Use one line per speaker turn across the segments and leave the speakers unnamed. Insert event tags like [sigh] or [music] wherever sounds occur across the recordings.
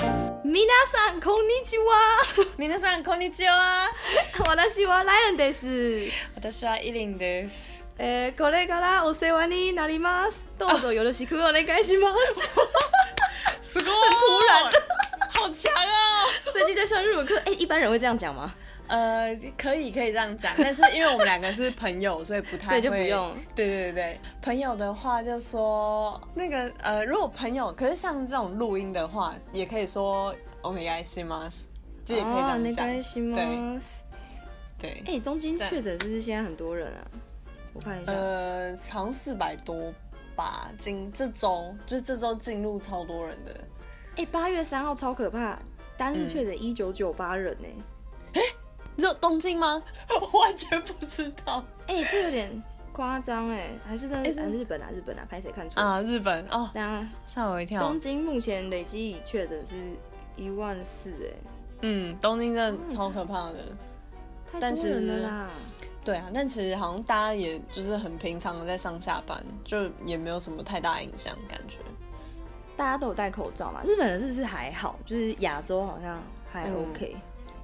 皆さんこんにちは。 [laughs]
皆さんこんにちは。
私はライオンです。
私はイリンです。
えー、これからお世話になります。どうぞよろしくお願いし [laughs] ます。
すごい，突然，好强哦。
最近在上日文课，哎、一般人会这样讲吗？
[laughs] 呃，可以可以这样讲，但是因为我们两个是朋友，所以不太
所以就不
会
用。
对对对对，朋友的话就说那个呃，如果朋友，可是像这种录音的话，也可以说哦お願いします，就也可以
哦
这样
お
讲。
願いします。
对，
哎、东京
对
确诊是不是现在很多人啊？我看一下，
呃，好像四百多吧，今这周就是这周进入超多人的。
哎、八月三号超可怕，单日
嗯
确诊一九九八人呢、
你知道东京吗？ [laughs] 我完全不知道
哎、这有点夸张哎，还是在、
哎真的
呃日本啊，日本啊，拍谁看错？
啊！日本哦，
那
吓我一跳
东。京目前累计已确诊是一万四哎，
嗯，东京真的超可怕的。
太
但
多
是
人了啦。
对啊，但其实好像大家也就是很平常的在上下班，就也没有什么太大影响，感觉。
大家都有戴口罩嘛？日本人是不是还好？就是亚洲好像还
嗯
OK。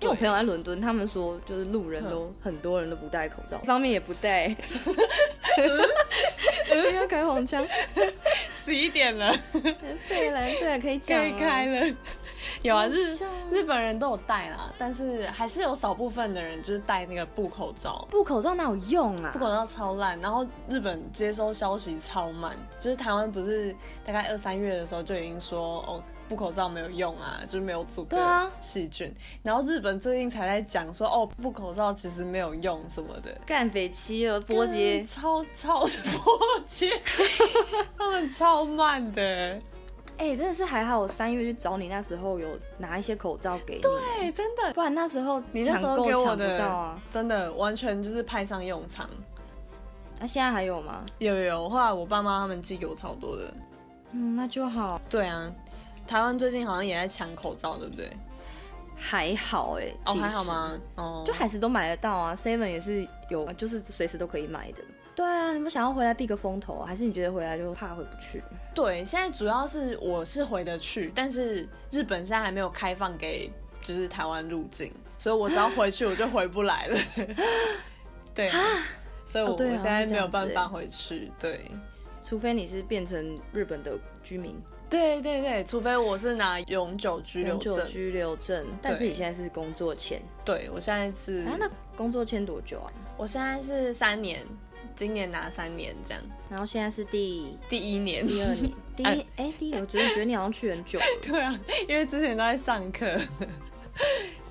因为我朋友在伦敦，他们说就是路人都、很多人都不戴口罩，嗯一方面也不戴、 [laughs] 嗯、要开黄腔，
十一点 [laughs] 了，
费兰对啊，可以讲、
可
啊，
以开了。有啊，日
好笑啊
日本人都有戴啦，但是还是有少部分的人就是戴那个布口罩。
不口罩哪有用啊
不？口罩超烂，然后日本接收消息超慢，就是台湾不是大概二三月的时候就已经说哦不口罩没有用啊，就是没有阻
对啊
隔细菌，然后日本最近才在讲说哦不口罩其实没有用什么的，
干北七了，波
嗯
杰，
超超波 [laughs] 接，他们超慢的，
哎、真的是还好，我三月去找你那时候有拿一些口罩给你，
对，哎真的，
不然那时候
你那
抢
时候
购
给我
抢不
的
到啊。
真的完全就是派上用场，
那、现在还有吗？
有有有，后来我爸妈他们寄给我超多的，
嗯，那就好，
对啊，台湾最近好像也在抢口罩，对不对？
还好哎、
哦，
其
还好
实
吗？哦，
就还是都买得到啊，Seven 也是有，就是随时都可以买的。对啊，你们想要回来避个风头啊，还是你觉得回来就怕回不去？
对，现在主要是我是回得去，但是日本现在还没有开放给就是台湾入境，所以我只要回去我就回不来了。 [laughs] 对，所以我、
哦对啊
我现在
是这
没有
样子
办
欸
法回去。对，
除非你是变成日本的居民，
对对对，除非我是拿永久居留
永久
证。
居留证，但是你现在是工作签
对，我现在是，
啊？那工作签多久啊？
我现在是三年，今年拿三年这样，
然后现在是 [laughs] 第
第一年。
第二年，第一哎、第一，我觉得觉得你好像去很 [laughs] 久了，
[laughs] 对啊，因为之前都在上课，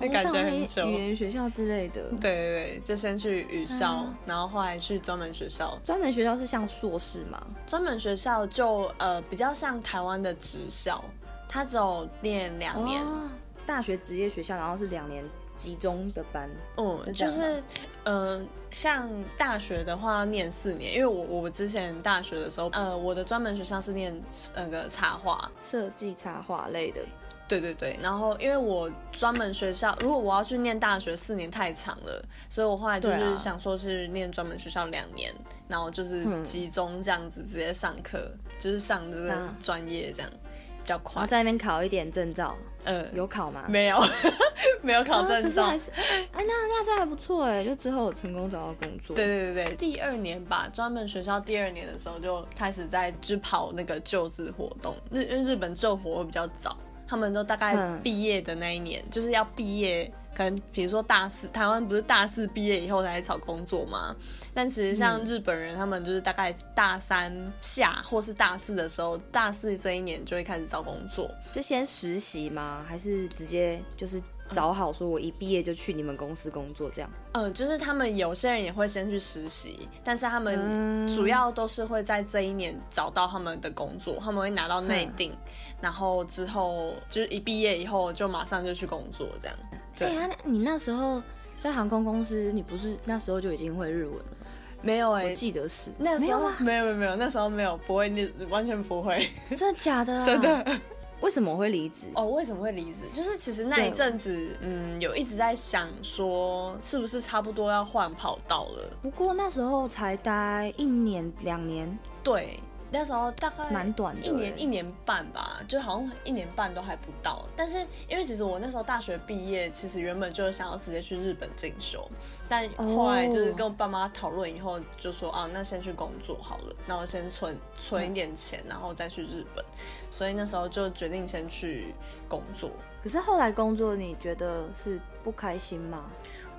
就感觉很
哦
久。
上那语言学校之类的。
对对对，就先去语校，
啊
然后后来去专门学校。
专门学校是像硕士吗？
专门学校就呃比较像台湾的职校，它只有念两年，
哦大学职业学校，然后是两年集中的班。
嗯，
这
就
样吗
是嗯、呃像大学的话念四年，因为我我之前大学的时候，呃，我的专门学校是念那个插画，
设计插画类的，
对对对，然后因为我专门学校，如果我要去念大学四年太长了，所以我后来就
对啊
是想说是念专门学校两年，然后就是
嗯
集中这样子直接上课，就是上这个
啊
专业这样比较
然后
快。
在那边考一点证照，
呃，
有考吗？
没有 [laughs] 没有考
啊
证
可是
照。
还是，哎，那那这还不错哎，就之后有成功找到工作。
对，对对对，第二年吧，专门学校第二年的时候就开始在就跑那个救治活动。日因为日本救火会比较早，他们都大概
嗯
毕业的那一年，就是要毕业，可能比如说大四，台湾不是大四毕业以后才找工作吗？但其实像日本人，他们就是大概大三下或是大四的时候，大四这一年就会开始找工作。
是先实习吗？还是直接就是找好，说我一毕业就去你们公司工作这样？
嗯、就是他们有些人也会先去实习，但是他们
嗯
主要都是会在这一年找到他们的工作，他们会拿到内
嗯
定，然后之后就是一毕业以后就马上就去工作这样。对，
哎呀，那你那时候在航空公司，你不是那时候就已经会日文了？
没有哎、
我记得是
那
没
时
有
候
啊， [laughs]
没有没有没有，那时候没有不会念，完全不会。
真的假的？啊真的。为什么我会离职？
哦，为什么会离职？就是其实那
对
一阵子，嗯，有一直在想说是不是差不多要换跑道了。
不过那时候才待一年两年，
对，那时候大概
蛮短的
哎
欸
一年一年半吧，就好像一年半都还不到。但是因为其实我那时候大学毕业，其实原本就是想要直接去日本进修，但后来就是跟我爸妈讨论以后，就说啊，那先去工作好了，然后先存存一点钱，然后再去日本。所以那时候就决定先去工作。
可是后来工作，你觉得是不开心吗？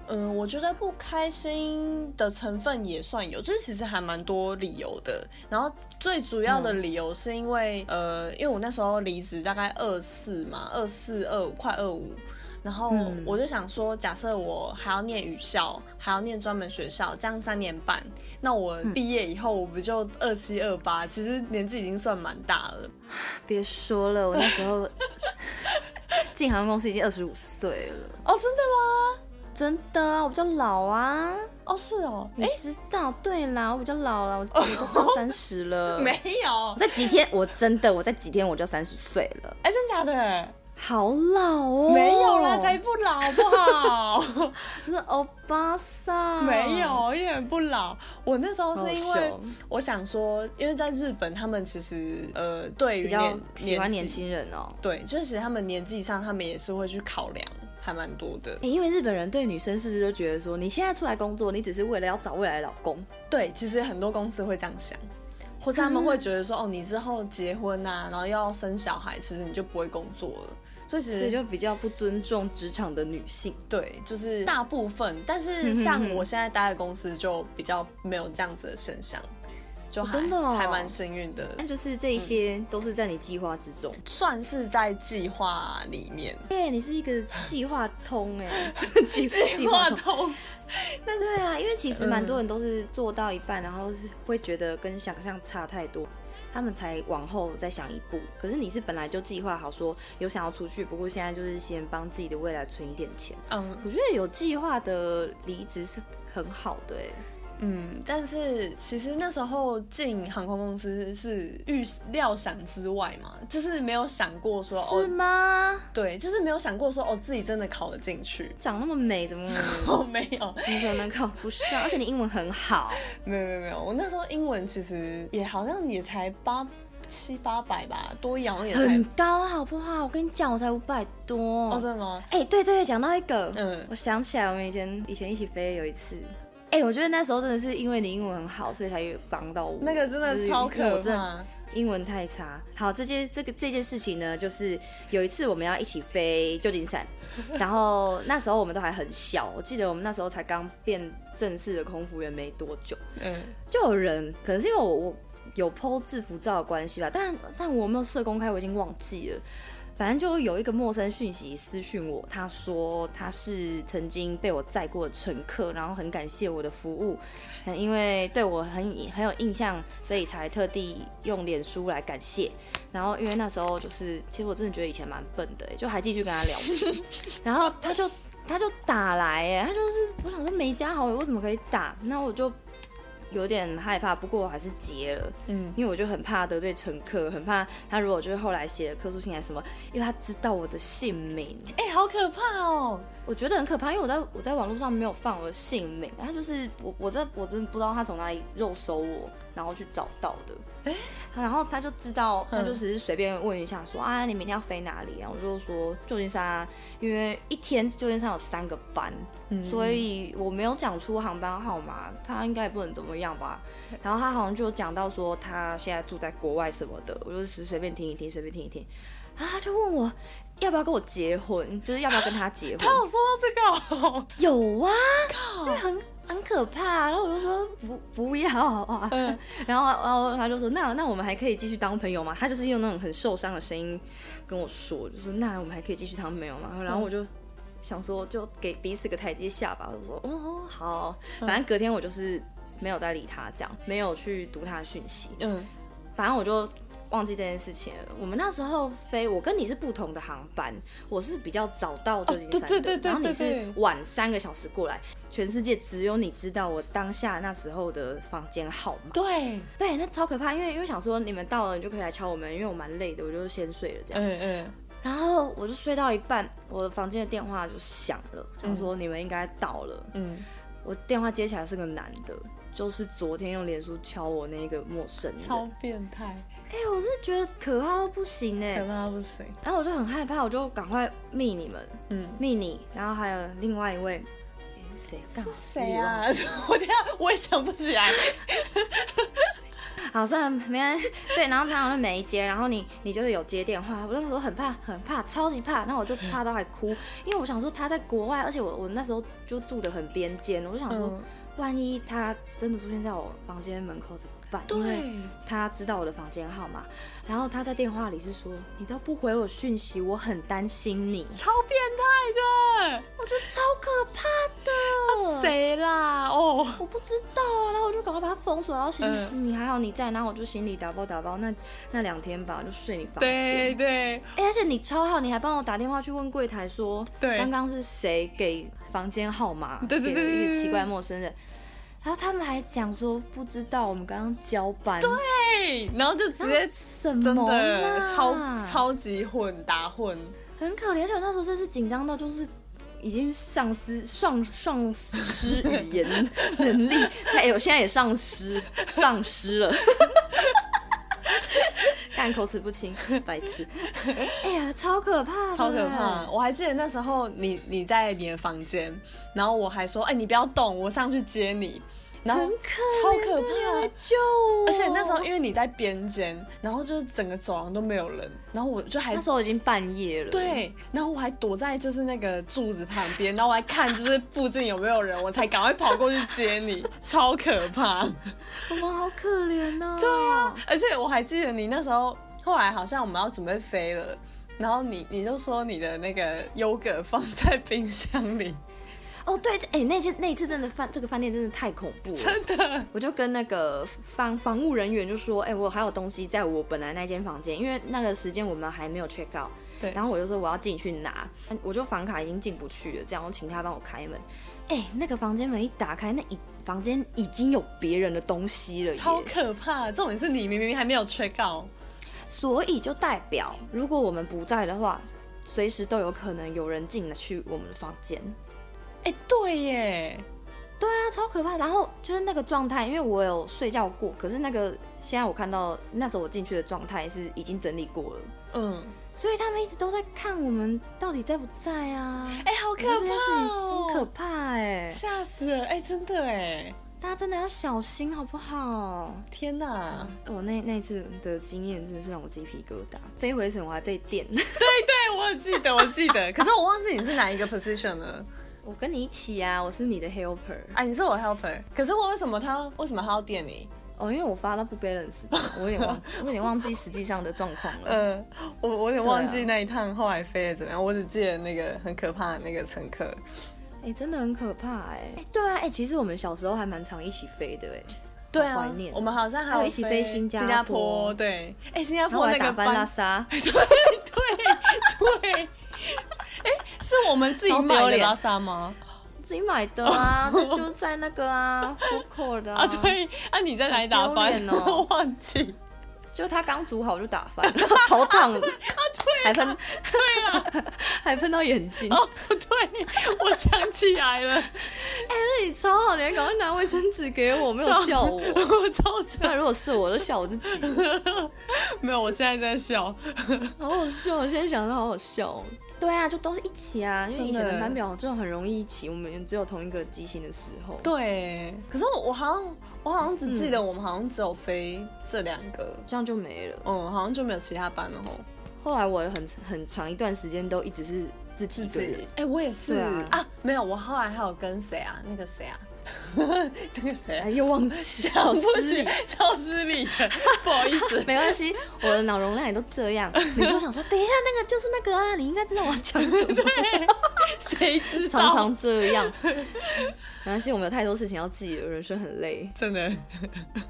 嗯，我觉得不开心的成分也算有，就是其实还蛮多理由的。然后最主要的理由是因为，嗯、呃，因为我那时候离职大概二四嘛，二四二五快二五，然后我就想说，假设我还要念语校，还要念专门学校，这样三年半，那我毕业以后我不就二七二八？其实年纪已经算蛮大了。
别说了，我那时
[laughs]
候进航空公司已经二十五岁了。哦，
真的吗？
真的啊，我比较老啊。
哦，是哦，
你知道？欸、对啦，我比较老了，我都到三十了。
[laughs] 没有，
我在几天，我真的，我在几天我就三十岁了。
哎、欸，真假的？
好老哦。
没有啦，才不老，好不
好？是欧巴桑。
没有，一点不老。我那时候是因为我想说，因为在日本，他们其实呃，对于
比较喜欢年轻人哦。
对，就是其实他们年纪上，他们也是会去考量。还蛮多的、
欸，因为日本人对女生是不是都觉得说，你现在出来工作，你只是为了要找未来老公？
对，其实很多公司会这样想，或者他们会觉得说，嗯、哦，你之后结婚啊，然后要生小孩，其实你就不会工作了，所以其实
就比较不尊重职场的女性。
对，就是大部分，但是像我现在待的公司就比较没有这样子的现象。就
真的、哦、
还蛮幸运的，
但就是这一些都是在你计划之中、嗯，
算是在计划里面。
对，你是一个计划通 [laughs] 哎，
计计划通。
那对啊，因为其实蛮多人都是做到一半，然后是会觉得跟想象差太多，他们才往后再想一步。可是你是本来就计划好说有想要出去，不过现在就是先帮自己的未来存一点钱。嗯，我觉得有计划的离职是很好的哎。
嗯，但是其实那时候进航空公司是预料想之外嘛，就是没有想过说
是吗、哦？
对，就是没有想过说哦，自己真的考得进去。
长那么美，怎么
[laughs] 哦没有？
你可能考不上，而且你英文很好。
没有没有没有，我那时候英文其实也好像也才八。七八百吧，多一好也
很高，啊好不好？我跟你讲，我才五百多。
哦，真的吗？
哎、欸，对对对，讲到一个，
嗯，
我想起来，我们以前以前一起飞有一次。哎、欸，我觉得那时候真的是因为你英文很好，所以才有帮到我。
那个真的超可怕，
我真的英文太差。好，这件这个这件事情呢，就是有一次我们要一起飞旧金山，然后那时候我们都还很小，我记得我们那时候才刚变正式的空服员没多久，
嗯，
就有人可能是因为我我有 PO 制服照的关系吧，但但我没有设公开，我已经忘记了。反正就有一个陌生讯息私讯我，他说他是曾经被我载过的乘客，然后很感谢我的服务，因为对我很很有印象，所以才特地用脸书来感谢。然后因为那时候就是，其实我真的觉得以前蛮笨的，就还继续跟他聊天。然后他就他就打来，哎，他就是我想说没加好友为什么可以打？那我就。有点害怕，不过我还是结了，
嗯，
因为我就很怕得罪乘客，很怕他如果就是后来写客诉信还是什么，因为他知道我的姓名，
哎、欸，好可怕哦，
我觉得很可怕，因为我在我在网络上没有放我的姓名，他就是我我这我真的不知道他从哪里肉搜我，然后去找到的，
哎、
欸，然后他就知道，他就只是随便问一下说、嗯、啊，你明天要飞哪里啊？我就说旧金山、啊，因为一天旧金山有三个班，嗯、所以我没有讲出航班号码，他应该也不能怎么样。样吧，然后他好像就讲到说他现在住在国外什么的，我就是随便听一听，随便听一听，然后他就问我要不要跟我结婚，就是要不要跟他结婚。
[laughs]
他
有说到
这个、哦，有啊，就很很可怕、啊。然后我就说不不要啊，嗯、 [laughs] 然后然后他就说那那我们还可以继续当朋友吗？他就是用那种很受伤的声音跟我说，就说那我们还可以继续当朋友吗？然后我就。嗯想说就给彼此个台阶下吧，我就说哦好，反正隔天我就是没有再理他，这样没有去读他的讯息，
嗯，
反正我就忘记这件事情了。我们那时候飞，我跟你是不同的航班，我是比较早到旧金山的，哦、
对对对
然后你是晚三个小时过来，全世界只有你知道我当下那时候的房间号码，
对
对，那超可怕，因为因为想说你们到了你就可以来敲我们，因为我蛮累的，我就先睡了这样，
嗯嗯。
然后我就睡到一半，我房间的电话就响了，想说你们应该到了。
嗯，
我电话接起来是个男的，就是昨天用脸书敲我那个陌生人，
超变态，
哎、我是觉得可怕到不行哎、
可怕不行。
然后我就很害怕，我就赶快密你们，
嗯，
密你，然后还有另外一位，哎是谁？干
是
嘛
谁啊？？ [laughs] 我等一下我也想不起来。
好，算了，没人对，然后他好像没接，然后你你就是有接电话，我那时候很怕很怕，超级怕，然后我就怕到还哭，因为我想说他在国外，而且我我那时候就住的很边间，我就想说、
嗯
万一他真的出现在我房间门口怎么办？因为
对，
他知道我的房间号码，然后他在电话里是说你都不回我讯息，我很担心你，
超变态的。
我觉得超可怕的。
谁啦？哦，
我不知道啊，然后我就赶快把它封锁，然后行李、
嗯
你还好你在，然后我就行李打包打包，那那两天吧，就睡你房
对
间。
对，
哎、而且你超好，你还帮我打电话去问柜台说，
对
刚刚是谁给房间号码
对
给
对对
了
对
一个
对
奇怪陌生人，然后他们还讲说不知道我们刚刚交班，对，
嘿，然后就直接
什
啊真
么
的
啦
超超级混打混，
很可怜，而且我那时候真是紧张到就是。已经丧失丧丧失语言能力，哎、我现在也丧失丧失了， [laughs] 干口齿不清，白痴，哎呀，超可怕的，
超可怕。我还记得那时候你你在你的房间，然后我还说，哎、你不要动，我上去接你。然后
很可
超
怜啊
可啊
没有来
怕，
救我，
而且那时候因为你在边间，然后就是整个走廊都没有人，然后我就还
那时候已经半夜了，，
对，然后我还躲在就是那个柱子旁边，然后我还看就是附近有没有人，我才赶快跑过去接 [laughs] 你，超可怕。
我们好可怜呐、
对啊，，而且我还记得你那时候，后来好像我们要准备飞了，然后你你就说你的那个优格放在冰箱里，
哦对，哎、那次那一次真的饭这个饭店真的太恐怖了，
真的，
我就跟那个防防务人员就说，哎、我还有东西在我本来那间房间，因为那个时间我们还没有 check out。
对
然后我就说我要进去拿，我就房卡已经进不去了，这样我请他帮我开门。哎、那个房间门一打开，那一房间已经有别人的东西了耶，
超可怕。重点是你明明还没有 check out，
所以就代表如果我们不在的话，随时都有可能有人进来去我们的房间。
哎、对耶，
对啊，超可怕。然后就是那个状态，因为我有睡觉过，可是那个现在我看到那时候我进去的状态是已经整理过了。
嗯，
所以他们一直都在看我们到底在不在啊。
哎、好
我
可
觉得这件事
怕、
情
哦，
真可怕哎、
吓死了，哎、真的哎，
大家真的要小心好不好？
天哪！
我那那一次的经验真的是让我鸡皮疙瘩，飞回程我还被电。
对，哎我有记得，我记 [laughs] 得，可是我忘记你是哪一个 position 了。
[laughs] 我跟你一起啊，我是你的 helper
哎、你是我 helper，可是我为什么他为什么他要电你？
哦，因为我发到不 balance，吧我有点忘，我有点忘记实际上的状况了。
呃，我我有点忘
对
记
啊
那一趟后来飞的怎么样，我只记得那个很可怕的那个乘客。
哎、真的很可怕哎、哎对啊，哎、其实我们小时候还蛮常一起飞的哎、
对
好
啊
怀念，
我们好像还
还
有
有一起飞新加
加
坡
坡，对，哎、新加
然后我
坡
还打
那个
翻拉
[laughs] 班，
萨，
对对，哎、是我们自己
超丢
买的
脸
拉萨吗？
自己买的啊，这就是在那个啊 food court 的
哦啊，对，啊，你在哪里打
好
翻 [laughs]
丢？脸哦
我忘记，
就他刚煮好就打翻，超烫的，还喷，对啊，还喷到眼睛。
啊哦，对，我想起来 [laughs] 了，
哎那你超好，你还赶快拿卫生纸给我，没有笑我。啊
我超惨，
那如果是我，我就笑我自己，
[laughs] 没有，我现在在笑，
好好笑。我现在想到好好笑哦。对啊，就都是一起啊，因为以前的班表就很容易一起，我们只有同一个机型的时候。
对，嗯可是我我好像我好像只记得我们好像只有飞这两个。
这样就没了。
嗯，好像就没有其他班了吼。
后来我很很长一段时间都一直是自己一个人，
哎、我也是
对啊
啊，没有，我后来还有跟谁啊？那个谁啊？ [laughs] 那个谁啊
哎，？又 [laughs] 忘记了，
我
好
不
失
起
礼。，
超失礼 [laughs] 的，不好意思。
没关系，我的脑容量也都这样。你就想说，等一下那个就是那个啊，你应该知道我要讲什 [laughs] 么。
谁知道？
常常这样，没关系，我们有太多事情要记了，人生很累。
真的。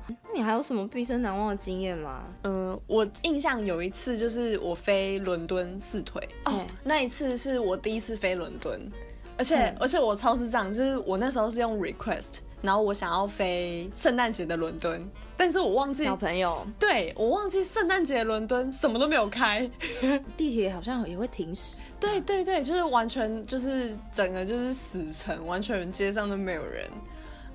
那你还有什么毕生难忘的经验吗？
嗯，我印象有一次就是我飞伦敦四腿哦
嗯，
那一次是我第一次飞伦敦，而且、
嗯
而且我超智障，就是我那时候是用 request，然后我想要飞圣诞节的伦敦，但是我忘记
小，朋友，
对我忘记圣诞节的伦敦什么都没有
[laughs]
开，
地铁好像也会停驶，
对对对，就是完全就是整个就是死城，完全街上都没有人。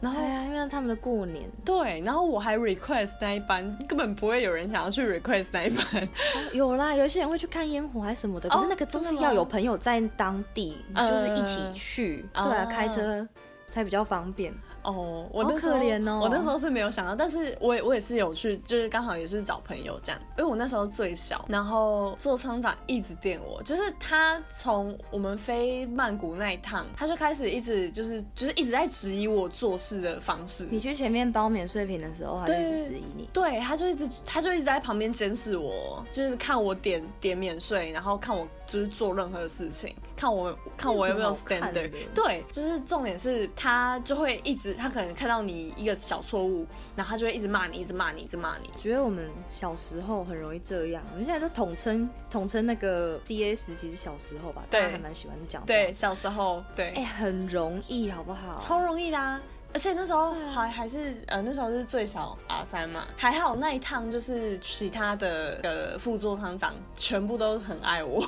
然后
哎呀，因为那是他们的过年，
对，然后我还 request 那一班，根本不会有人想要去 request 那一班。
有啦，有一些人会去看烟火还是什么的，
哦
可是那个都
真
是
的吗
要有朋友在当地，
呃
就是一起去，
啊
对啊，开车才比较方便。
哦，我
好
那时候
可怜哦
我那时候是没有想到，但是我也我也是有去，就是刚好也是找朋友这样，因为我那时候最小，然后座舱长一直电我，就是他从我们飞曼谷那一趟，他就开始一直就是就是一直在质疑我做事的方式。
你去前面包免税品的时候，还是一
对
直质疑你，
对，他就一直，他就一直在旁边监视我，就是看我点点免税，然后看我就是做任何事情，看我看我有没有
这有什么好看的
standard。对，就是重点是他就会一直，他可能看到你一个小错误，然后他就会一直骂你，一直骂你，一直骂你。
觉得我们小时候很容易这样，我们现在都统称统称那个 D A 时期是小时候吧，大
对
家还蛮喜欢讲这
对，
样。
小时候，对，
哎、很容易，好不好？
超容易的啊。而且那时候还还是呃那时候是最小 R 三嘛，还好那一趟就是其他的呃副座舱长全部都很爱我，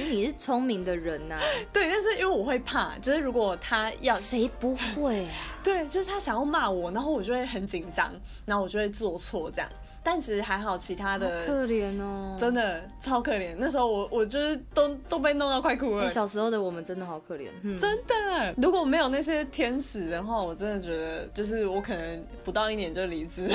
因为你是聪明的人啊
[laughs]
呐、
对，但是因为我会怕，就是如果他要
谁不会啊？
对，就是他想要骂我，然后我就会很紧张，然后我就会做错这样。但其实还好，其他的
可怜哦，
真的超可怜。那时候我我就是都都被弄到快哭
哎、
了，
小时候的我们真的好可怜，嗯，
真的。如果没有那些天使的话，我真的觉得就是我可能不到一年就离职。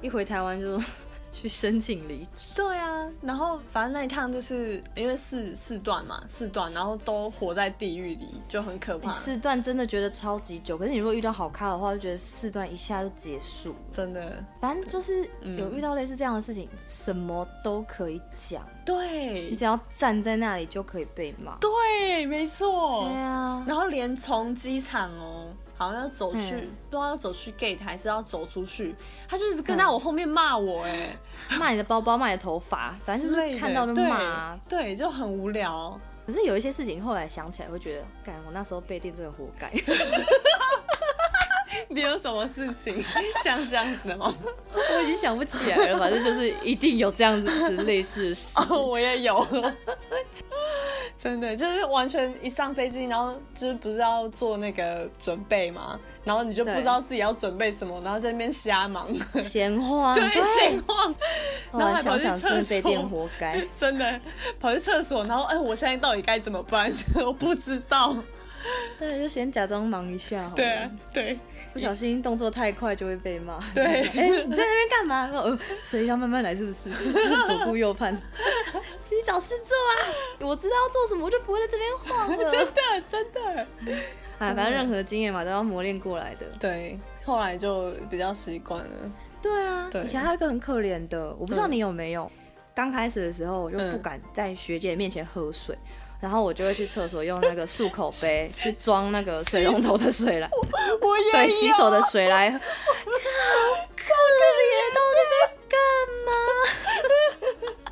一回台湾就 [laughs] 去申请离职。
[laughs] 对啊，然后反正那一趟就是因为四四段嘛，四段，然后都活在地狱里，就很可怕。
四段真的觉得超级久，可是你如果遇到好咖的话，就觉得四段一下就结束。
真的，
反正就是有遇到类似这样的事情，什么都可以讲，
对
你只要站在那里就可以被骂。
对，没错。
对啊，
然后连从机场哦，好像要走去，
嗯
不知道要走去 gate 还是要走出去，他就一直跟在我后面骂我、哎、
骂你的包包，骂你的头发，嗯反正就
之类
是
的
看到就骂啊。
对，对，就很无聊。
可是有一些事情后来想起来会觉得，干我那时候被电真的活该。
你有什么事情 [laughs] 像这样子的哦
[laughs]
吗？
[laughs] 我已经想不起来了，反正就是一定有这样子类似的事。
哦，我也有， [laughs] 真的就是完全一上飞机，然后就是不是要做那个准备嘛，然后你就不
对
知道自己要准备什么，然后在那边瞎忙，
闲话，
[laughs] 对，闲晃，
后来想嗯哦想
然后还跑去
真的被
厕所
电活该。
[laughs] 真的跑去厕所，然后哎、我现在到底该怎么办？ [laughs] 我不知道。
对，就先假装忙一下好了，
对啊对
不小心动作太快就会被骂。哎、
对，
你
[laughs]
在那边干嘛？呃，所以要慢慢来，是不是？ [laughs] 左顾右盼， [laughs] 自己找事做啊！我知道要做什么，我就不会在这边晃了。
真的真的，
[laughs] 哎，反正任何经验嘛，都要磨练过来的。
对，后来就比较习惯了。
对啊，
对
以前还有一个很可怜的，我不知道
嗯
你有没有。刚开始的时候，我就不
嗯
敢在学姐面前喝水，然后我就会去厕所用那个漱口杯去装那个水龙头的水来，
我也
对，洗手的水来。 [laughs] 好可怜，啊到底在干嘛？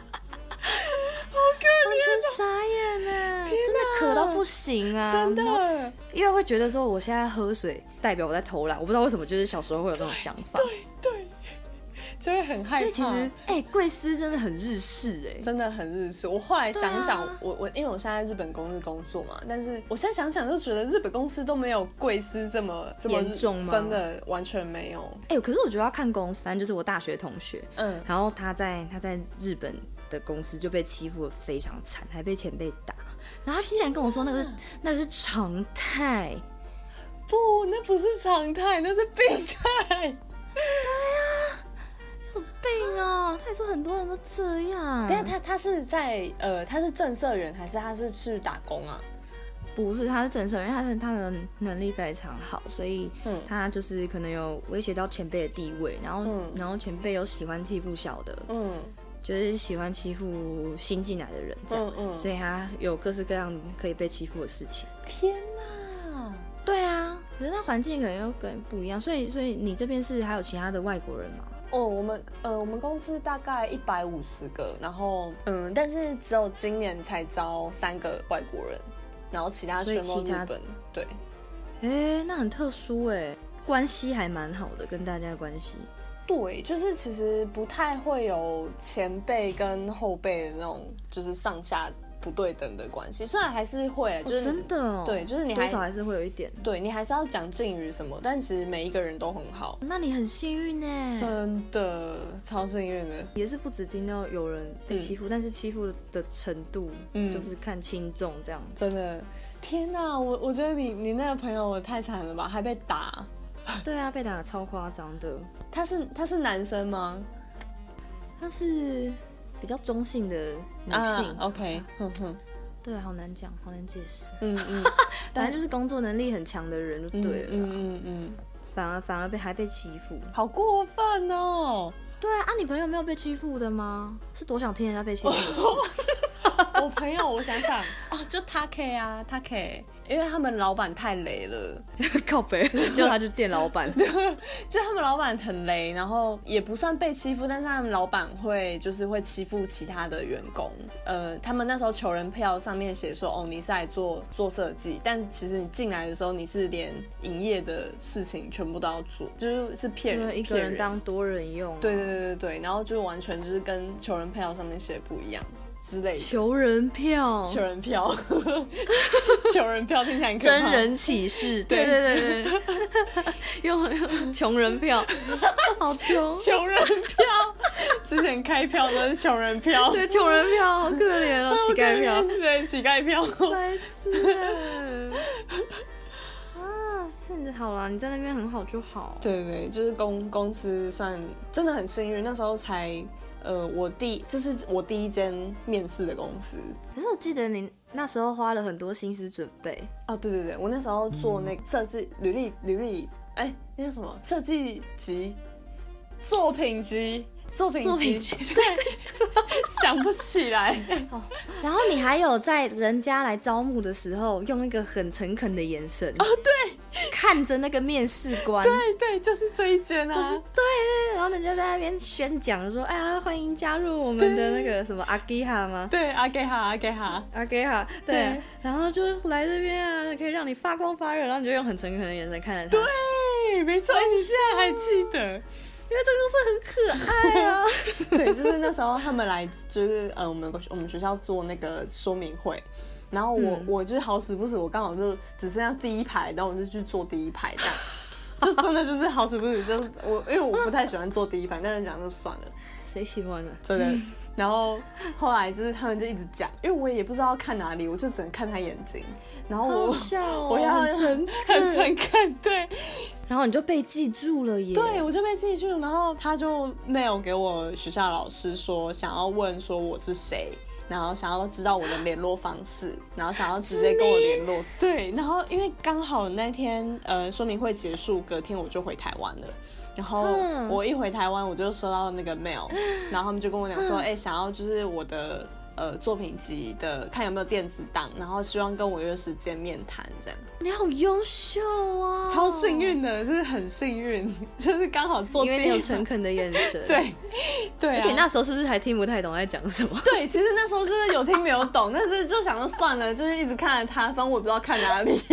[laughs] 啊好可怜，完全傻眼呢，真的渴到不行啊！
真，的，
因为会觉得说我现在喝水代表我在偷懒，我不知道为什么，就是小时候会有这种想法。
就会很害怕。
所以其实，哎、贵司真的很日式哎、
真的很日式。我后来想想，
对啊
我我因为我现在在日本公司工作嘛，但是我现在想想就觉得日本公司都没有贵司这么这么日
严重吗
真的完全没有。
哎、可是我觉得要看公司，反正就是我大学同学，
嗯，
然后他在他在日本的公司就被欺负的非常惨，还被前辈打。然后他竟然跟我说那个是那个是常态，
不，那不是常态，那是病态。
有病啊！他也说很多人都这样，
但是他他是在呃，他是正社员还是他是去打工啊？
不是他是正常人，因为他是他的能力非常好，所以
嗯
他就是可能有威胁到前辈的地位，然后、
嗯
然后前辈有喜欢欺负小的，
嗯
就是喜欢欺负新进来的人这样。
嗯嗯，
所以他有各式各样可以被欺负的事情。
天呐！
对啊，可是那环境可能又跟不一样，所以所以你这边是还有其他的外国人吗？
哦，我们呃，我们公司大概一百五十个，然后嗯，但是只有今年才招三个外国人，然后其他
所以
全部
其
日
他
本。对，
哎、那很特殊哎、关系还蛮好的，跟大家的关系。
对，就是其实不太会有前辈跟后辈的那种，就是上下不对等的关系，虽然还是会，
哦
就是你、
真的哦，
对，就是你
多
还
少还是会有一点。
对你还是要讲敬语什么，但其实每一个人都很好，
那你很幸运呢，
真的超幸运的。
也是不止听到有人被欺负，但是欺负的程度，
嗯
就是看轻重这 [laughs] 样。
真的，天哪！我我觉得你你那个朋友我太惨了吧，还被打。
对啊，被打得超夸张的，
他是他是男生吗？
她是比较中性的女性，
啊、，OK，哼哼，
对，好难讲，好难解 [laughs] 释。
嗯嗯，
反正就是工作能力很强的人
[laughs]
就对了啦，
嗯嗯嗯，
反而反而被还被欺负。
好过分哦！
对啊，啊，你朋友没有被欺负的吗？是多想听人家被欺负的事？
我朋友，我想想，哦，就他 K 啊，他 K，因为他们老板太雷了，
[laughs] 靠北，结果他就店老板，
就他们老板很雷，然后也不算被欺负，但是他们老板会就是会欺负其他的员工。呃，他们那时候求人票上面写说，哦，你是来做做设计，但是其实你进来的时候，你是连营业的事情全部都要做，就是是
[laughs]
骗
就是
人，
一个
骗
人当多人用、啊。
对对对对对，然后就完全就是跟求人票上面写的不一样之类的。
求人票，
[laughs] 求人 [laughs] 票，求人票听起来很可怕
真人启 [laughs] 事，对对对对， [laughs] 用用穷人票，好 [laughs] 穷，
穷人票， [laughs] 之前开票都是穷人票，
对穷人票好可怜哦，乞丐票，
对乞丐票。
白痴啊！啊，甚至好啦，你在那边很好就好。
[laughs] 对对对，就是公公司算真的很幸运，那时候才呃，我第这是我第一间面试的公司。
可是我记得你那时候花了很多心思准备，
哦，对对对，我那时候做那个设计履历履历，哎，那叫什么设计集、作品集、作品
作品
集，对，想不起来。
然后你还有在人家来招募的时候，用一个很诚恳的眼神哦，对，看着那个面试官，
对啊对，就是这一间啊，
就是对对，对然后人家在那边宣讲说，哎呀，欢迎加入我们的那个什么阿基哈吗？
对阿给哈阿给哈。
阿给哈，对，啊
对
然后就来这边啊，可以让你发光发热，然后你就用很诚恳的眼神看着他，对，
对，没错，你现在还记得？
因为这个是很可爱
[laughs]
啊。
对，就是那时候他们来，就是呃，我们我们学校做那个说明会。然后我、
嗯
我就是好死不死，我刚好就只剩下第一排，然后我就去坐第一
[laughs]
排，这样就真的就是好死不死，就是我因为我不太喜欢坐第一排，但是讲就算了，
谁喜欢啊？[laughs]
真的。然后后来就是他们就一直讲，因为我也不知道看哪里，我就只能看他眼睛，然后 [laughs] 我
好笑哦，
我要
很诚
[laughs] 很
恳，
诚恳，对，
然后你就被记住了耶。
对，我就被记住，然后他就 mail 给我学校老师说，想要问说我是谁，然后想要知道我的联络方式，然后想要直接跟我联络。对，然后因为刚好那天呃说明会结束，隔天我就回台湾了。然后
嗯
我一回台湾，我就收到那个 mail，然后他们就跟我讲说，哎、想要就是我的呃作品集的，看有没有电子档，然后希望跟我约时间面谈这样。
你好优秀啊，
超幸，运的，就是很幸运，就是刚好做
因为
第
你有
一。
诚恳的眼神。
[laughs] 对，对、啊，
而且那时候是不是还听不太懂在讲什
[laughs]
么？
对，其实那时候就是有听没有 [laughs] 懂，但是就想说算了，就是一直看着他，反正我也不知道看哪里。
好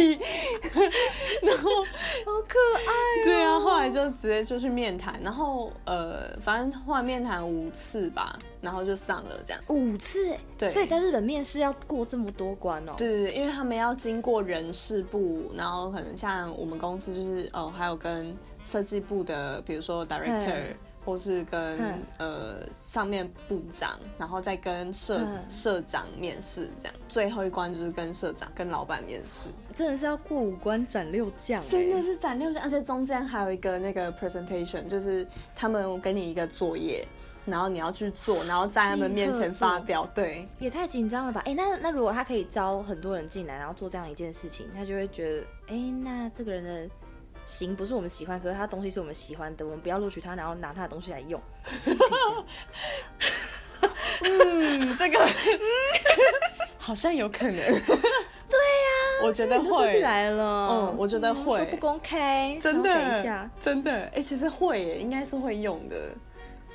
可爱，
[laughs] 对啊，后来就直接就去面谈，然后呃，反正后来面谈五次吧，然后就上了这样。
五次欸，
对
所以在日本面试要过这么多关哦。
对对对，因为他们要经过人事部，然后可能像我们公司就是哦、呃还有跟设计部的，比如说 director
嗯。
或是跟
嗯
呃上面部长，然后再跟社
嗯
社长面试，这样最后一关就是跟社长跟老板面试。
真的是要过五关斩六将欸，
真的是展六项，而且中间还有一个那个 presentation，就是他们给你一个作业，然后你要去做，然后在他们面前发表。对，
也太紧张了吧？哎、那那如果他可以招很多人进来，然后做这样一件事情，他就会觉得，哎、那这个人的型不是我们喜欢，可是他的东西是我们喜欢的，我们不要录取他，然后拿他的东西来
[laughs]
用，是不是可以这样
嗯，这个好像有可能。 [laughs] 对啊呀、我觉得
你就说起
会。
来了，
嗯我觉得会
说不公开，
真的
然后等一下，，
真的，哎、其实会耶，应该是会用的。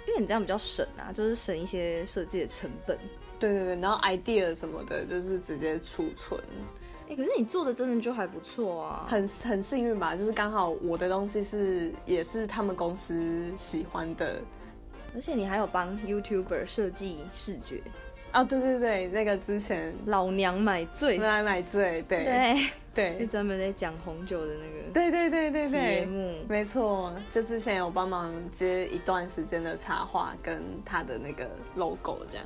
因为你这样比较省啊，就是省一些设计的成本。
对对对，然后 idea 什么的，就是直接储存，
哎、可是你做的真的就还不错啊，
很很幸运吧？就是刚好我的东西是也是他们公司喜欢的，
而且你还有帮 YouTuber 设计视觉，
哦，对对对，那个之前
老娘买醉
我们，来买醉，对
对，是
对
专门在讲红酒的那
对对对对
个节
对，
目。
没错，就之前有帮忙接一段时间的插画跟他的那个 logo 这样，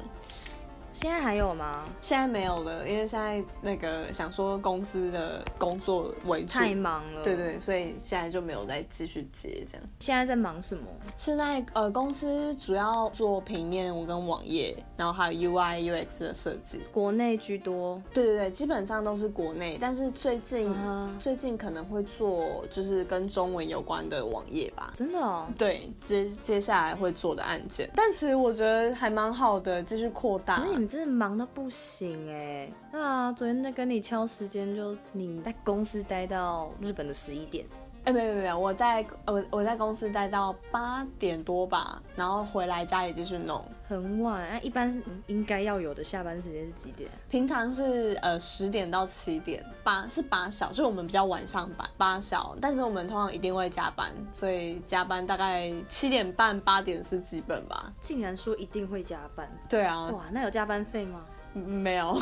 现在还有吗？
现在没有了，因为现在那个想说公司的工作为主，
太忙了。
对，对，所以现在就没有再继续接这样。
现在在忙什么？
现在呃，公司主要做平面跟网页，然后还有 UI UX 的设计。
国内居多
对对对，基本上都是国内，但是最近、
啊，
最近可能会做就是跟中文有关的网页吧。
真的哦。
对，接接下来会做的案件，哎但其实我觉得还蛮好的，继续扩大
可哎是。你们真的忙到不行哎、对啊，昨天在跟你敲时间，就你在公司待到日本的十一点，
哎，没有没有没有，我在我我在公司待到八点多吧，然后回来家里继续弄。
很晚。那、一般是嗯应该要有的下班时间是几点？
平常是呃十点到七点，八是八小，就是我们比较晚上班八小，但是我们通常一定会加班，所以加班大概七点半八点是基本吧。
竟然说一定会加班，
对啊，
哇，那有加班费吗？
嗯没有，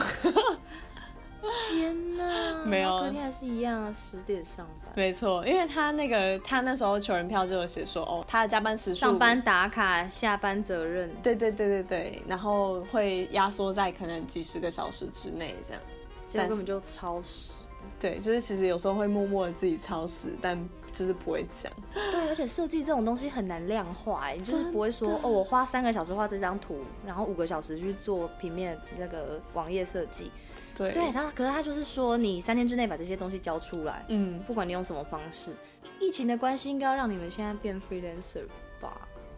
天哪，
[laughs] 没有
那隔天还是一样啊，十点上班，
没错，因为他那个他那时候求人票就有写说哦，他的加班时数
上班打卡，下班责任。
对对对对对，然后会压缩在可能几十个小时之内这样。
结果根本就超时。
对，就是其实有时候会默默的自己超时，但就是不会讲。
对，而且设计这种东西很难量化、哎，你就是不会说哦，我花三个小时画这张图，然后五个小时去做平面那个网页设计。
对
对，然后可是他就是说，你三天之内把这些东西交出来，
嗯，
不管你用什么方式。疫情的关系，应该要让你们现在变 freelancer 吧，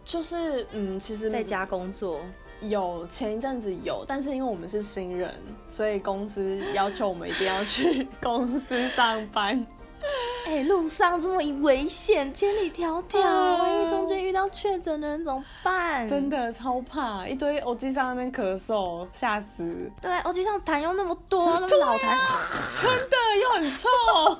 就是嗯，其实
在家工作。
有前一阵子有，但是因为我们是新人，所以公司要求我们一定要去公司上班。
哎、路上这么危险，千里迢迢，
啊
万一中间遇到确诊的人怎么办？
真的超怕，一堆欧机上那边咳嗽，吓死！
对，欧机上痰又那么多，那
啊
么老痰，
[laughs] 真的又很臭，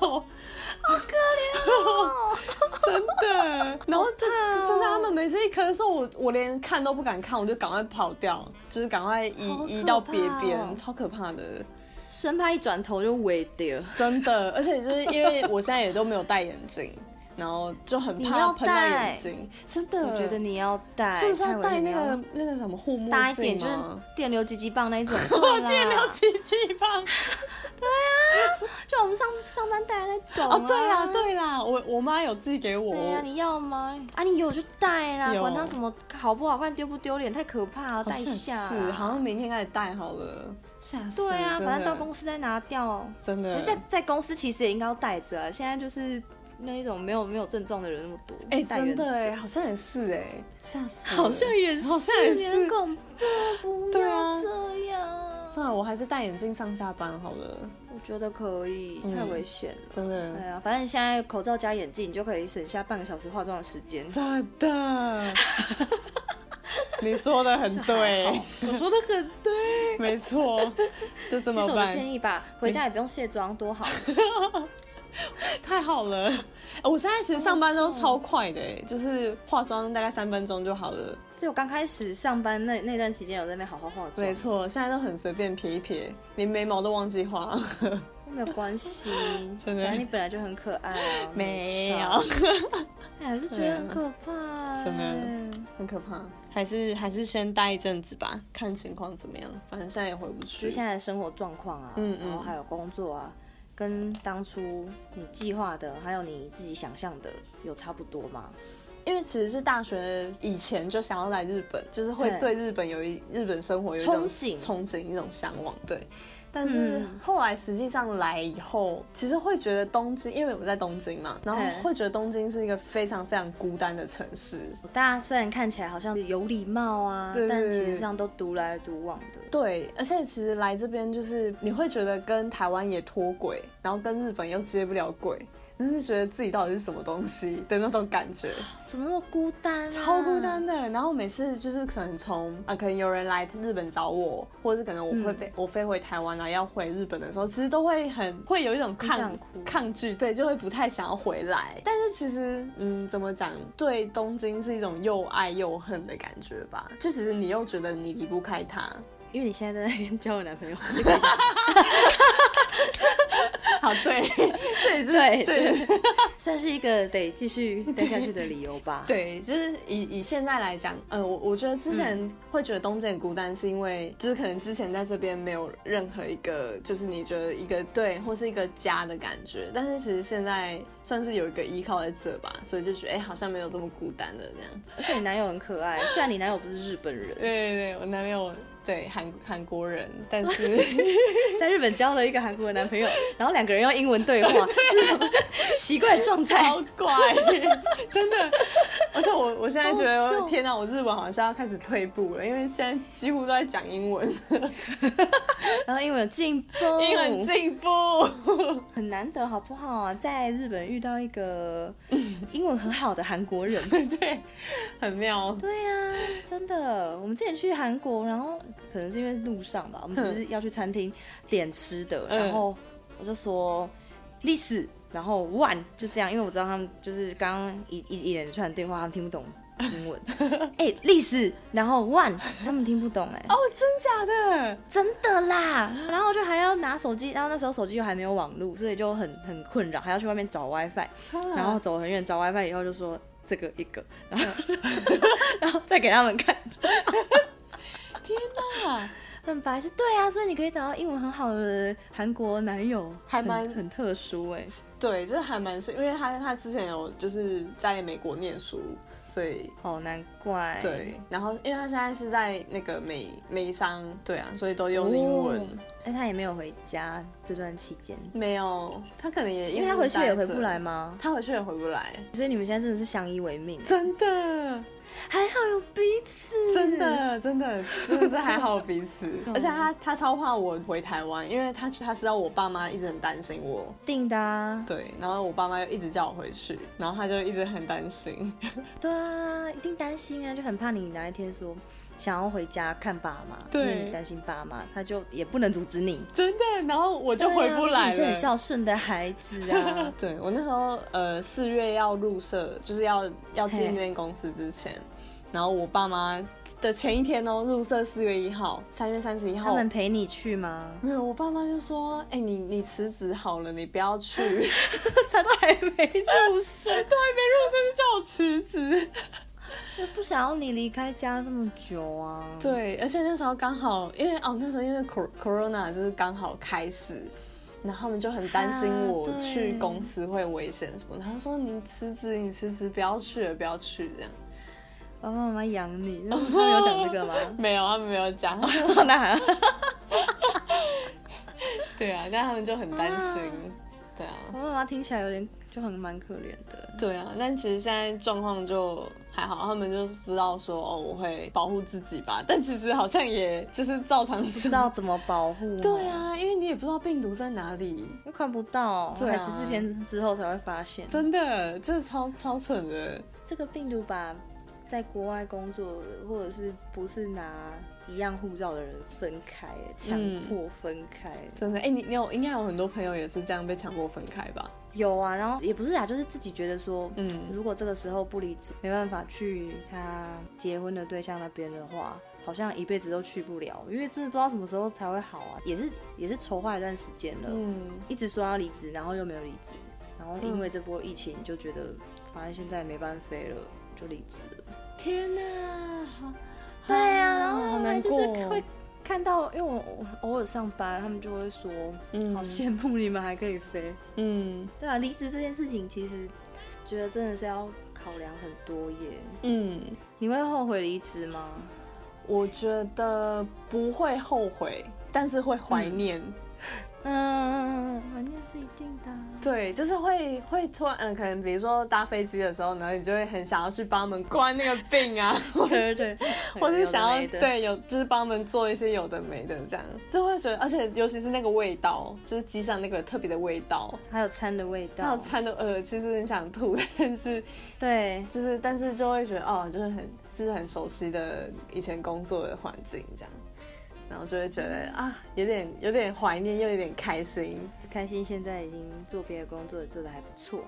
[laughs] 好可 [laughs] 怜哦，真的。然后真
怕哦
真的，他们每次一咳嗽，我我连看都不敢看，我就赶快跑掉，就是赶快移、
好可
移到别
怕哦
边，超可怕的。
生怕一转头就萎掉。
真的，而且就是因为我现在也都没有戴眼镜，然后就很
你
怕
要
喷到
戴
眼睛。真的，
我觉得你要戴，
是不是
太
要
危
戴那
险了
个那个什么护目镜
大一点，就是
[laughs] 吗
电流急急棒那一
[laughs]
种？对啦，电流
机器棒
就我们上上班带的那 [laughs] 种、
哦，对
啦，
啦对啦，我我妈有寄给我，
啊对呀、你要吗？啊，你有就戴啦，
有
管它什么好不好看、丢不丢脸，太可怕了，
好
戴
像
一下啊。
是，好像明天开始戴好了，吓死！
对啊，
真的
反正到公司再拿掉。
真
可
的
是在在公司其实也应该要戴着啊，现在就是那一种没有没有症状的人那么多，
哎、
戴
真
原
的哎、
子
好像也是哎、吓死了！
好像也是，
[laughs] 好像也
有
是
点恐怖，不
对
要
啊
这样。
算了，我还是戴眼镜上下班好了，
我觉得可以，
嗯
太危险了。
真的。
对啊，反正现在口罩加眼镜，你就可以省下半个小时化妆的时间。
真 [laughs] 的，你说的很对， [laughs]
我说的很对，
没错，就这
这
么
是我的
办，
建议吧。回家也不用卸妆，多
[laughs]
好。
太好了。呃我现在其实上班都
好爽
超快的，欸就是化妆大概三分钟就好了。
就我刚开始上班那那段期间，有在那边好好化妆
没，错，现在都很随便撇一撇，连眉毛都忘记画。
没有关系。
[laughs] 真的
反正你本来就很可爱啊。
没
差，
[laughs]
哎，还是觉得很可怕。
真的
哎，
很可怕。还是还是先待一阵子吧，看情况怎么样。反正现在也回不
就
去。
现在的生活状况啊，
嗯嗯
然后还有工作啊。跟当初你计划的，还有你自己想象的，有差不多吗？
因为其实是大学以前就想要来日本，就是会
对
对日本有一日本生活有一
憧
种
憬
憧憬一种向往，对。但是
嗯
后来实际上来以后，其实会觉得东京，因为我在东京嘛，然后
嘿
会觉得东京是一个非常非常孤单的城市。
大家虽然看起来好像有礼貌啊，
对
但
对
其
对
实上都独来独往的。
对，而且其实来这边就是你会觉得跟台湾也脱轨，然后跟日本又接不了轨，但是觉得自己到底是什么东西的那种感觉。
怎么那么孤单、啊？
超孤单的。然后每次就是可能从啊、可能有人来日本找我，或者是可能我会
嗯
飞、我飞回台湾然后要回日本的时候，其实都会很会有一种
很
抗
想哭
抗拒，对，就会不太想要回来。但是其实，嗯，怎么讲，对东京是一种又爱又恨的感觉吧。就其实你又觉得你离不开它，
因为你现在在那边交我男
[laughs]
朋友，就可以讲
好，对， [laughs] 这也是
对
对
算是一个得继续待下去的理由吧。
[laughs] 对，就是以以现在来讲，呃，我我觉得之前会觉得东京很孤单，是因为就是可能之前在这边没有任何一个就是你觉得一个对或是一个家的感觉，但是其实现在算是有一个依靠在这吧，所以就觉得哎、好像没有这么孤单了这样。
而且你男友很可爱，虽然你男友不是日本人，
对对对，我男友对韩韩国人，但 [laughs] 是
在日本交了一个韩国的男朋
[laughs]
友，然后两个人用英文对话，这是什么奇怪的状态
超？怪， [laughs] 真的。而且我我现在觉
好
得
笑，
天哪，我日文好像要开始退步了，因为现在几乎都在讲英文，
[laughs] 然后英文有进步，
英文进步。 [laughs]
很难得，好不好啊？在日本遇到一个英文很好的韩国人，
对，很妙。哦
对呀、真的。我们之前去韩国，然后可能是因为路上吧，我们就是要去餐厅点吃的，
嗯
然后我就说历史，然后 one 就这样，因为我知道他们就是刚刚一一一连串对话，他们听不懂英文。哎、历史，然后 one 他们听不懂哎、
哦，真假的？
真的啦。然后就还要拿手机，然后那时候手机又还没有网络，所以就很很困扰，还要去外面找 WiFi。然后走很远找 WiFi 以后就说这个一个，然后 [laughs] 然后再给他们看，
啊
很白是对啊，所以你可以找到英文很好的韩国男友，
还
很
蛮
很特殊哎、
对，就是还蛮是，因为他他之前有就是在美国念书，所以
好难怪。
对，然后因为他现在是在那个美美商，对啊，所以都用英文。
哦哎、他也没有回家这段期间，
没有，他可能也
因为他回去也回不来
嘛，
嘛，
他回去也回不来，
所以你们现在真的是相依为命，
真的。
还好有彼此，
真的，真的，真的是还好有彼 [laughs] 此，而且他他超怕我回台湾，因为他他知道我爸妈一直很担心我，
定的啊，
对，然后我爸妈又一直叫我回去，然后他就一直很担心， [laughs]
对啊，一定担心啊，就很怕你哪一天说想要回家看爸妈，因
对
为你担心爸妈，他就也不能阻止你。
真的，然后我就回不
对啊毕竟
来
你是很
了。。
孝顺的孩子啊
[laughs] 对我那时候呃四月要入社，就是要要进
嘿
那间公司之前，然后我爸妈的前一天哦，入社四月一号，三月三十一
他
号。
们陪你去
[laughs]
吗？
没有，我爸妈就说：“哎、你你辞职好了，你不要去。” [laughs]
他都还没入社，
都还没入生就叫我辞职。
就不想要你离开家这么久啊。，
对，而且那时候刚好，因为哦，那时候因为 cor- corona 就是刚好开始，然后他们就很担心
啊
我
对
去公司会危险什么的，他说你辞职，你辞职，不要去了，不要去这样。？
爸爸妈妈养你，他们有讲这个吗
[laughs] 没有，他啊们没有讲。
那还好
对啊，但他们就很担 [laughs] 心
啊。
对啊，
爸爸妈妈听起来有点就很蛮可怜的。
对啊，但其实现在状况就还好，他们就知道说哦，我会保护自己吧。但其实好像也就是照常
不知道怎么保护，哦
对，啊，因为你也不知道病毒在哪里。
又看不到，哦
对啊
还十四天之后才会发现。
真的，真的超超蠢的。
这个病毒把在国外工作的或者是不是拿一样护照的人分开，强
嗯
迫分开。
真的，哎、你你有应该有很多朋友也是这样被强迫分开吧？
有啊，然后也不是啊，就是自己觉得说，
嗯
如果这个时候不离职，没办法去他结婚的对象那边的话，好像一辈子都去不了，因为真的不知道什么时候才会好啊，也是也是筹划一段时间了，
嗯，
一直说要离职，然后又没有离职，然后因为这波疫情就觉得，反正现在没办法飞了，就离职了。
天哪，好，
对啊，然
好
后后来
难
就是
过
会看到，因为我我偶尔上班，他们就会说，
嗯
好羡慕你们还可以飞。
嗯
对啊，离职这件事情，其实觉得真的是要考量很多耶。
嗯，
你会后悔离职吗？
我觉得不会后悔，但是会怀念。
嗯，反正是一定的啊。
对，就是会会突然，嗯、可能比如说搭飞机的时候，然后你就会很想要去帮他们关那个病 [laughs] 啊，或者
[laughs] 对 [laughs] 对，
或是想
有
要
的没的，
对有就是帮他们做一些有的没的这样，就会觉得，而且尤其是那个味道，就是机上那个特别的味道，
还有餐的味
还有
道，
餐的呃，其实很想吐， [laughs] 但是
对，
就是但是就会觉得哦，就是很就是很熟悉的以前工作的环境这样，然后就会觉得啊，有点有点怀念，又有点开心，
开心现在已经做别的工作，做的还不错。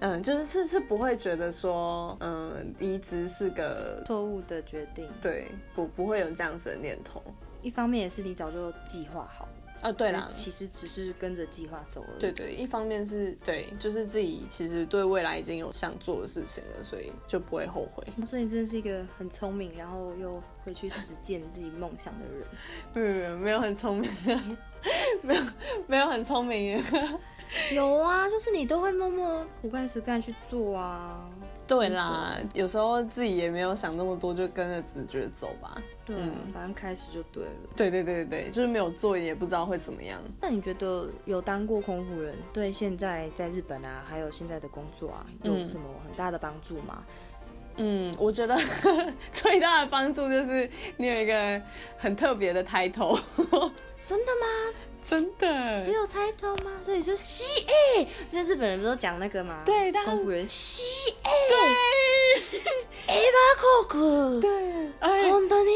嗯，就是是是不会觉得说嗯离职是个
错误的决定，
对，不不会有这样子的念头，
一方面也是你早就计划好了，
啊，
所
对
以
啦，
其实只是跟着计划走而已。
对对，一方面是对，就是自己其实对未来已经有想做的事情了，所以就不会后悔。
那所以你真的是一个很聪明，然后又会去实践自己梦想的人。
没有没有嗯没有很聪明， [laughs] 没有没有很聪明。
[laughs] 有啊，就是你都会默默苦干实干去做啊。
对啦，有时候自己也没有想那么多，就跟着直觉走吧。
对啊、反正开始就对了。
对对对对对，就是没有做也不知道会怎么样。
那你觉得有当过空服人，对现在在日本啊，还有现在的工作啊，有
嗯
什么很大的帮助吗？
嗯，我觉得 [laughs] 最大的帮助就是你有一个很特别的 title，啊
真的吗？
[laughs] 真
只
的。
有 title 吗？所以就是西 A，就是日本人不都讲那个吗？
对大家
空服人西 A， [laughs]
对
A 巴空服，
哎，
本 [laughs] 当に，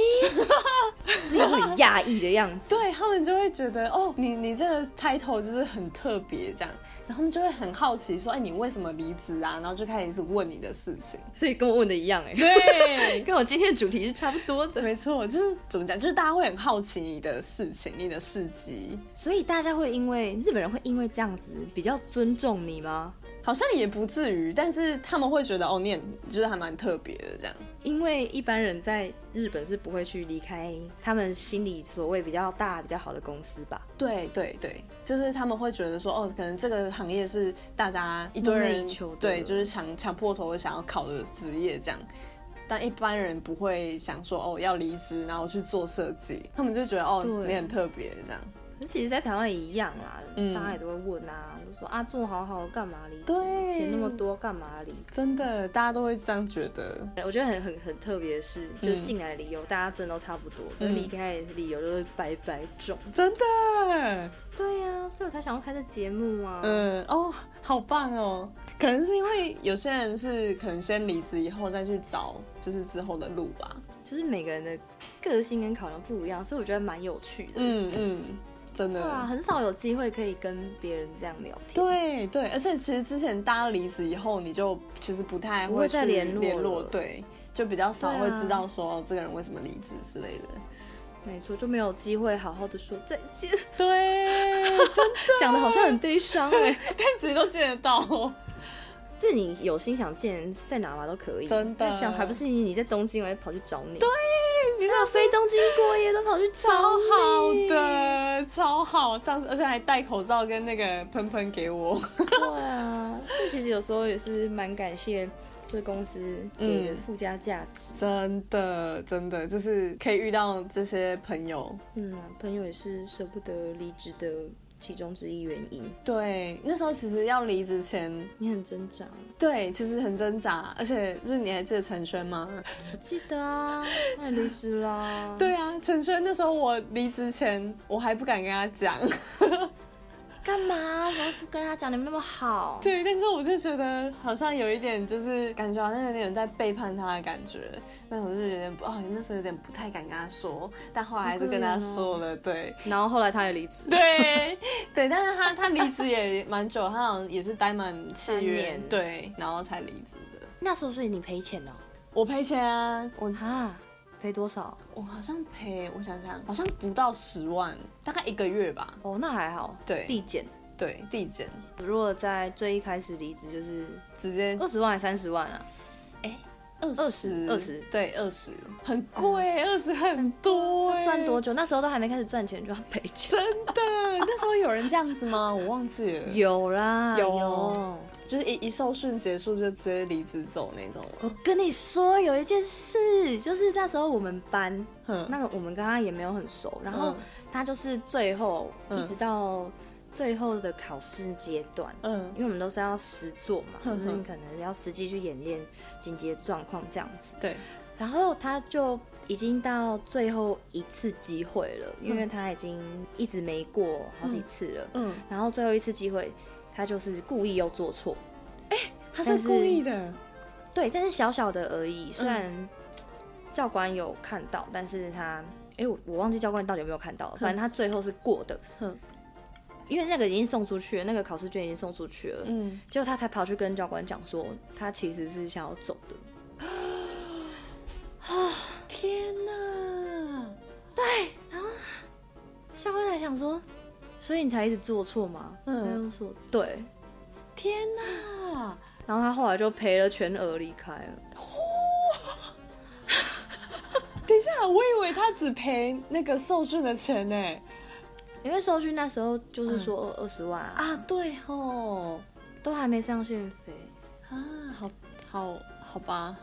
自己会很讶异的样子。
对他们就会觉得哦，你你这个 title 就是很特别这样，然后他们就会很好奇说，哎，你为什么离职啊？然后就开始一直问你的事情。
[laughs] 所以跟我问的一样哎、
[laughs] 对，
跟我今天的主题是差不多的。
没错，就是怎么讲，就是大家会很好奇你的事情，你的事迹，
所以大家会因为日本人会因为这样子比较尊重你吗？
好像也不至于，但是他们会觉得哦，你很就是还蛮特别的这样。
因为一般人在日本是不会去离开他们心里所谓比较大、比较好的公司吧？
对对对，就是他们会觉得说，哦，可能这个行业是大家一堆
梦寐
人
以求的
对，就是抢抢破头想要考的职业这样。但一般人不会想说哦要离职，然后去做设计，他们就觉得哦
对
你很特别这样。
可是其实，在台湾也一样啦，
嗯
大家也都会问啊，就说啊，做好好干嘛离职？
对
钱那么多干嘛离职？
真的，大家都会这样觉得。
我觉得很很很特别的是，就是进来的理由、大家真的都差不多，可是离开的理由都是百百种。
真的，
对呀、所以我才想要开这节目啊。
嗯，哦，好棒哦。可能是因为有些人是可能先离职以后再去找，就是之后的路吧。
就是每个人的个性跟考量不一样，所以我觉得蛮有趣的。
嗯嗯，真的。
对啊，很少有机会可以跟别人这样聊天。
对对，而且其实之前大家离职以后，你就其实不太
不会
去
再联
联
络了
对，就比较少
对啊
会知道说、哦这个人为什么离职之类的。
没错，就没有机会好好的说再见，
[laughs] 对，
讲的好像很悲伤哎、
但其实都见得到。
[laughs] 这你有心想见人在哪嘛都可以，
真
在
的
想还不是你在东京，我还跑去找你。对，
你
还有飞东京过夜都跑去
[laughs] 超
找你
好。的，超好。上次而且还戴口罩跟那个喷喷给我。
对啊，这其实有时候也是蛮感谢这公司给的附加价值。
[laughs] 真的，真的就是可以遇到这些朋友。
嗯啊朋友也是舍不得离职的其中之一原因。
对，那时候其实要离职前，
你很挣扎，
对，其实很挣扎，而且就是你还记得陈轩吗？
我记得 [laughs] 啊，那你离职啦。，
对啊，陈轩那时候我离职前，我还不敢跟他讲， [laughs]
干嘛？怎么不跟他讲你们那么好？
对，但是我就觉得好像有一点，就是感觉好像有点在背叛他的感觉，那我就有点不，哦，那时候有点不太敢跟他说，但后来还是跟他
啊
说了，对。 [laughs]
然后后来他也离职，
对对，但是他他离职也蛮久，他好像也是待满七
三
月
年，
对，然后才离职的。
那时候所以你赔钱哦，
我赔钱啊，我
啊，赔多少？
我好像赔，我想想，好像不到十万，大概一个月吧。
哦，那还好，
对
递减。
对，递减，
如果在最一开始离职，就是
直接
二十万还三十万啊？
二十
20
对，二十很贵，二十很多欸，
赚多久？那时候都还没开始赚钱就要赔钱。
真的？ [laughs] 那时候有人这样子吗？我忘记了，
有啦，
有
有。
就是一一受训结束就直接离职走那种了。
我跟你说，有一件事，就是那时候我们班
哼，
那个我们跟他也没有很熟，然后
嗯
他就是最后、
嗯
一直到最后的考试阶段，
嗯
因为我们都是要实做嘛，
哼
就
哼
是你可能要实际去演练紧急的状况这样子。
对，
然后他就已经到最后一次机会了，因为他已经一直没过好几次了，
嗯，
然后最后一次机会，他就是故意又做错，
他
但
是
是
故意的，
对，但是小小的而已。虽然教官有看到，但是他，哎、我我忘记教官到底有没有看到了，反正他最后是过的。
哼
因为那个已经送出去了，那个考试卷已经送出去了，
嗯，
结果他才跑去跟教官讲说，他其实是想要走的。
天哪，
然后想说，所以你才一直做错吗？
嗯
他就说对，
天哪！
然后他后来就赔了全额离开了。
等一下，我以为他只赔那个受训的钱呢、
因为收据那时候就是说二十万啊，
啊，对吼，
都还没上线费，
啊，好好好吧，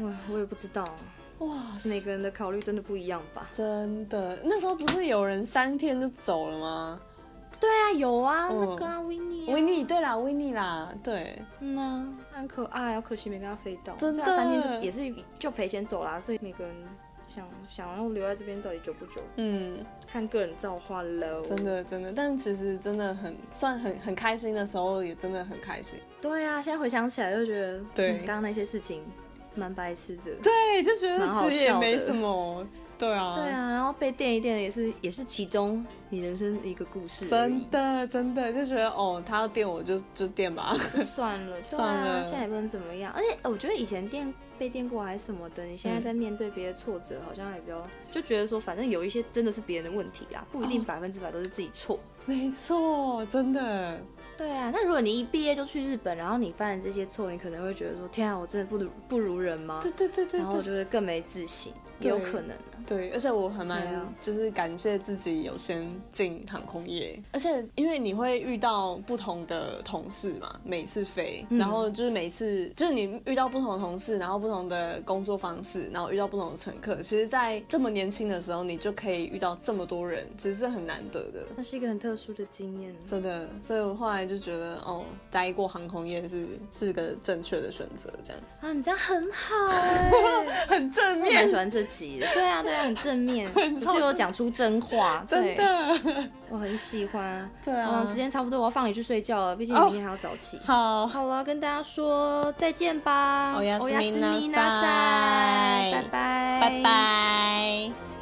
我我也不知道，啊
哇，
每个人的考虑真的不一样吧？
真的，那时候不是有人三天就走了吗？
对啊，有啊，
嗯
那个啊，维尼、啊，
维尼，对啦，维尼啦，对，
嗯呐、啊，很可爱啊，可惜没跟他飞到，
真的
对啊三天就也是就赔钱走啦，所以每个人想想要留在这边到底久不久，
嗯，
看个人造化喽。
真，的真的，但其实真的很算很很开心的时候，也真的很开心。
对啊，现在回想起来就觉得，
对
嗯刚刚、那些事情蛮白痴的。
对，就觉得
蛮好
其实也
笑的
没什么，对啊，
对，啊，然后被电一电也是也是其中你人生的一个故事而已，
真的真的就觉得哦，他要电我就就电吧， [laughs]
就算 [laughs] 了，对
算
啊，
了
现在也不能怎么样。而且呃我觉得以前电被电过还是什么的，你现在
嗯
在面对别的挫折，好像还比较就觉得说，反正有一些真的是别人的问题啊啦，不一定百分之百都是自己错。
没错，真的，
对啊，那如果你一毕业就去日本，然后你犯了这些错，你可能会觉得说，天啊，我真的不如不如人吗？
对对对对
然后
对
我就会更没自信，也有可能啊。
对，而且我还蛮、
对啊
就是感谢自己有先进航空业，而且因为你会遇到不同的同事嘛，每次飞，
嗯
然后就是每次就是你遇到不同的同事，然后不同的工作方式，然后遇到不同的乘客，其实，在这么年轻的时候，你就可以遇到这么多人，其实是很难得的。
那是一个很特殊的经 [laughs] 验。
真的，所以我后来就觉得，哦，待过航空业是是个正确的选择，这样子
啊，你这样很好哎、
很正
我蛮
面
喜，欢这集的。对啊，对 [laughs] 啊，很正面，而且有讲出真话，
真
对，
的，
我很喜欢。
对
嗯，
啊
时，间差不多，我要放你去睡觉了，毕竟你
哦
明天还要早起。
好，
好了，跟大家说再见吧。哦
お
お
やすみなさい
やすみなさい拜拜，
拜拜。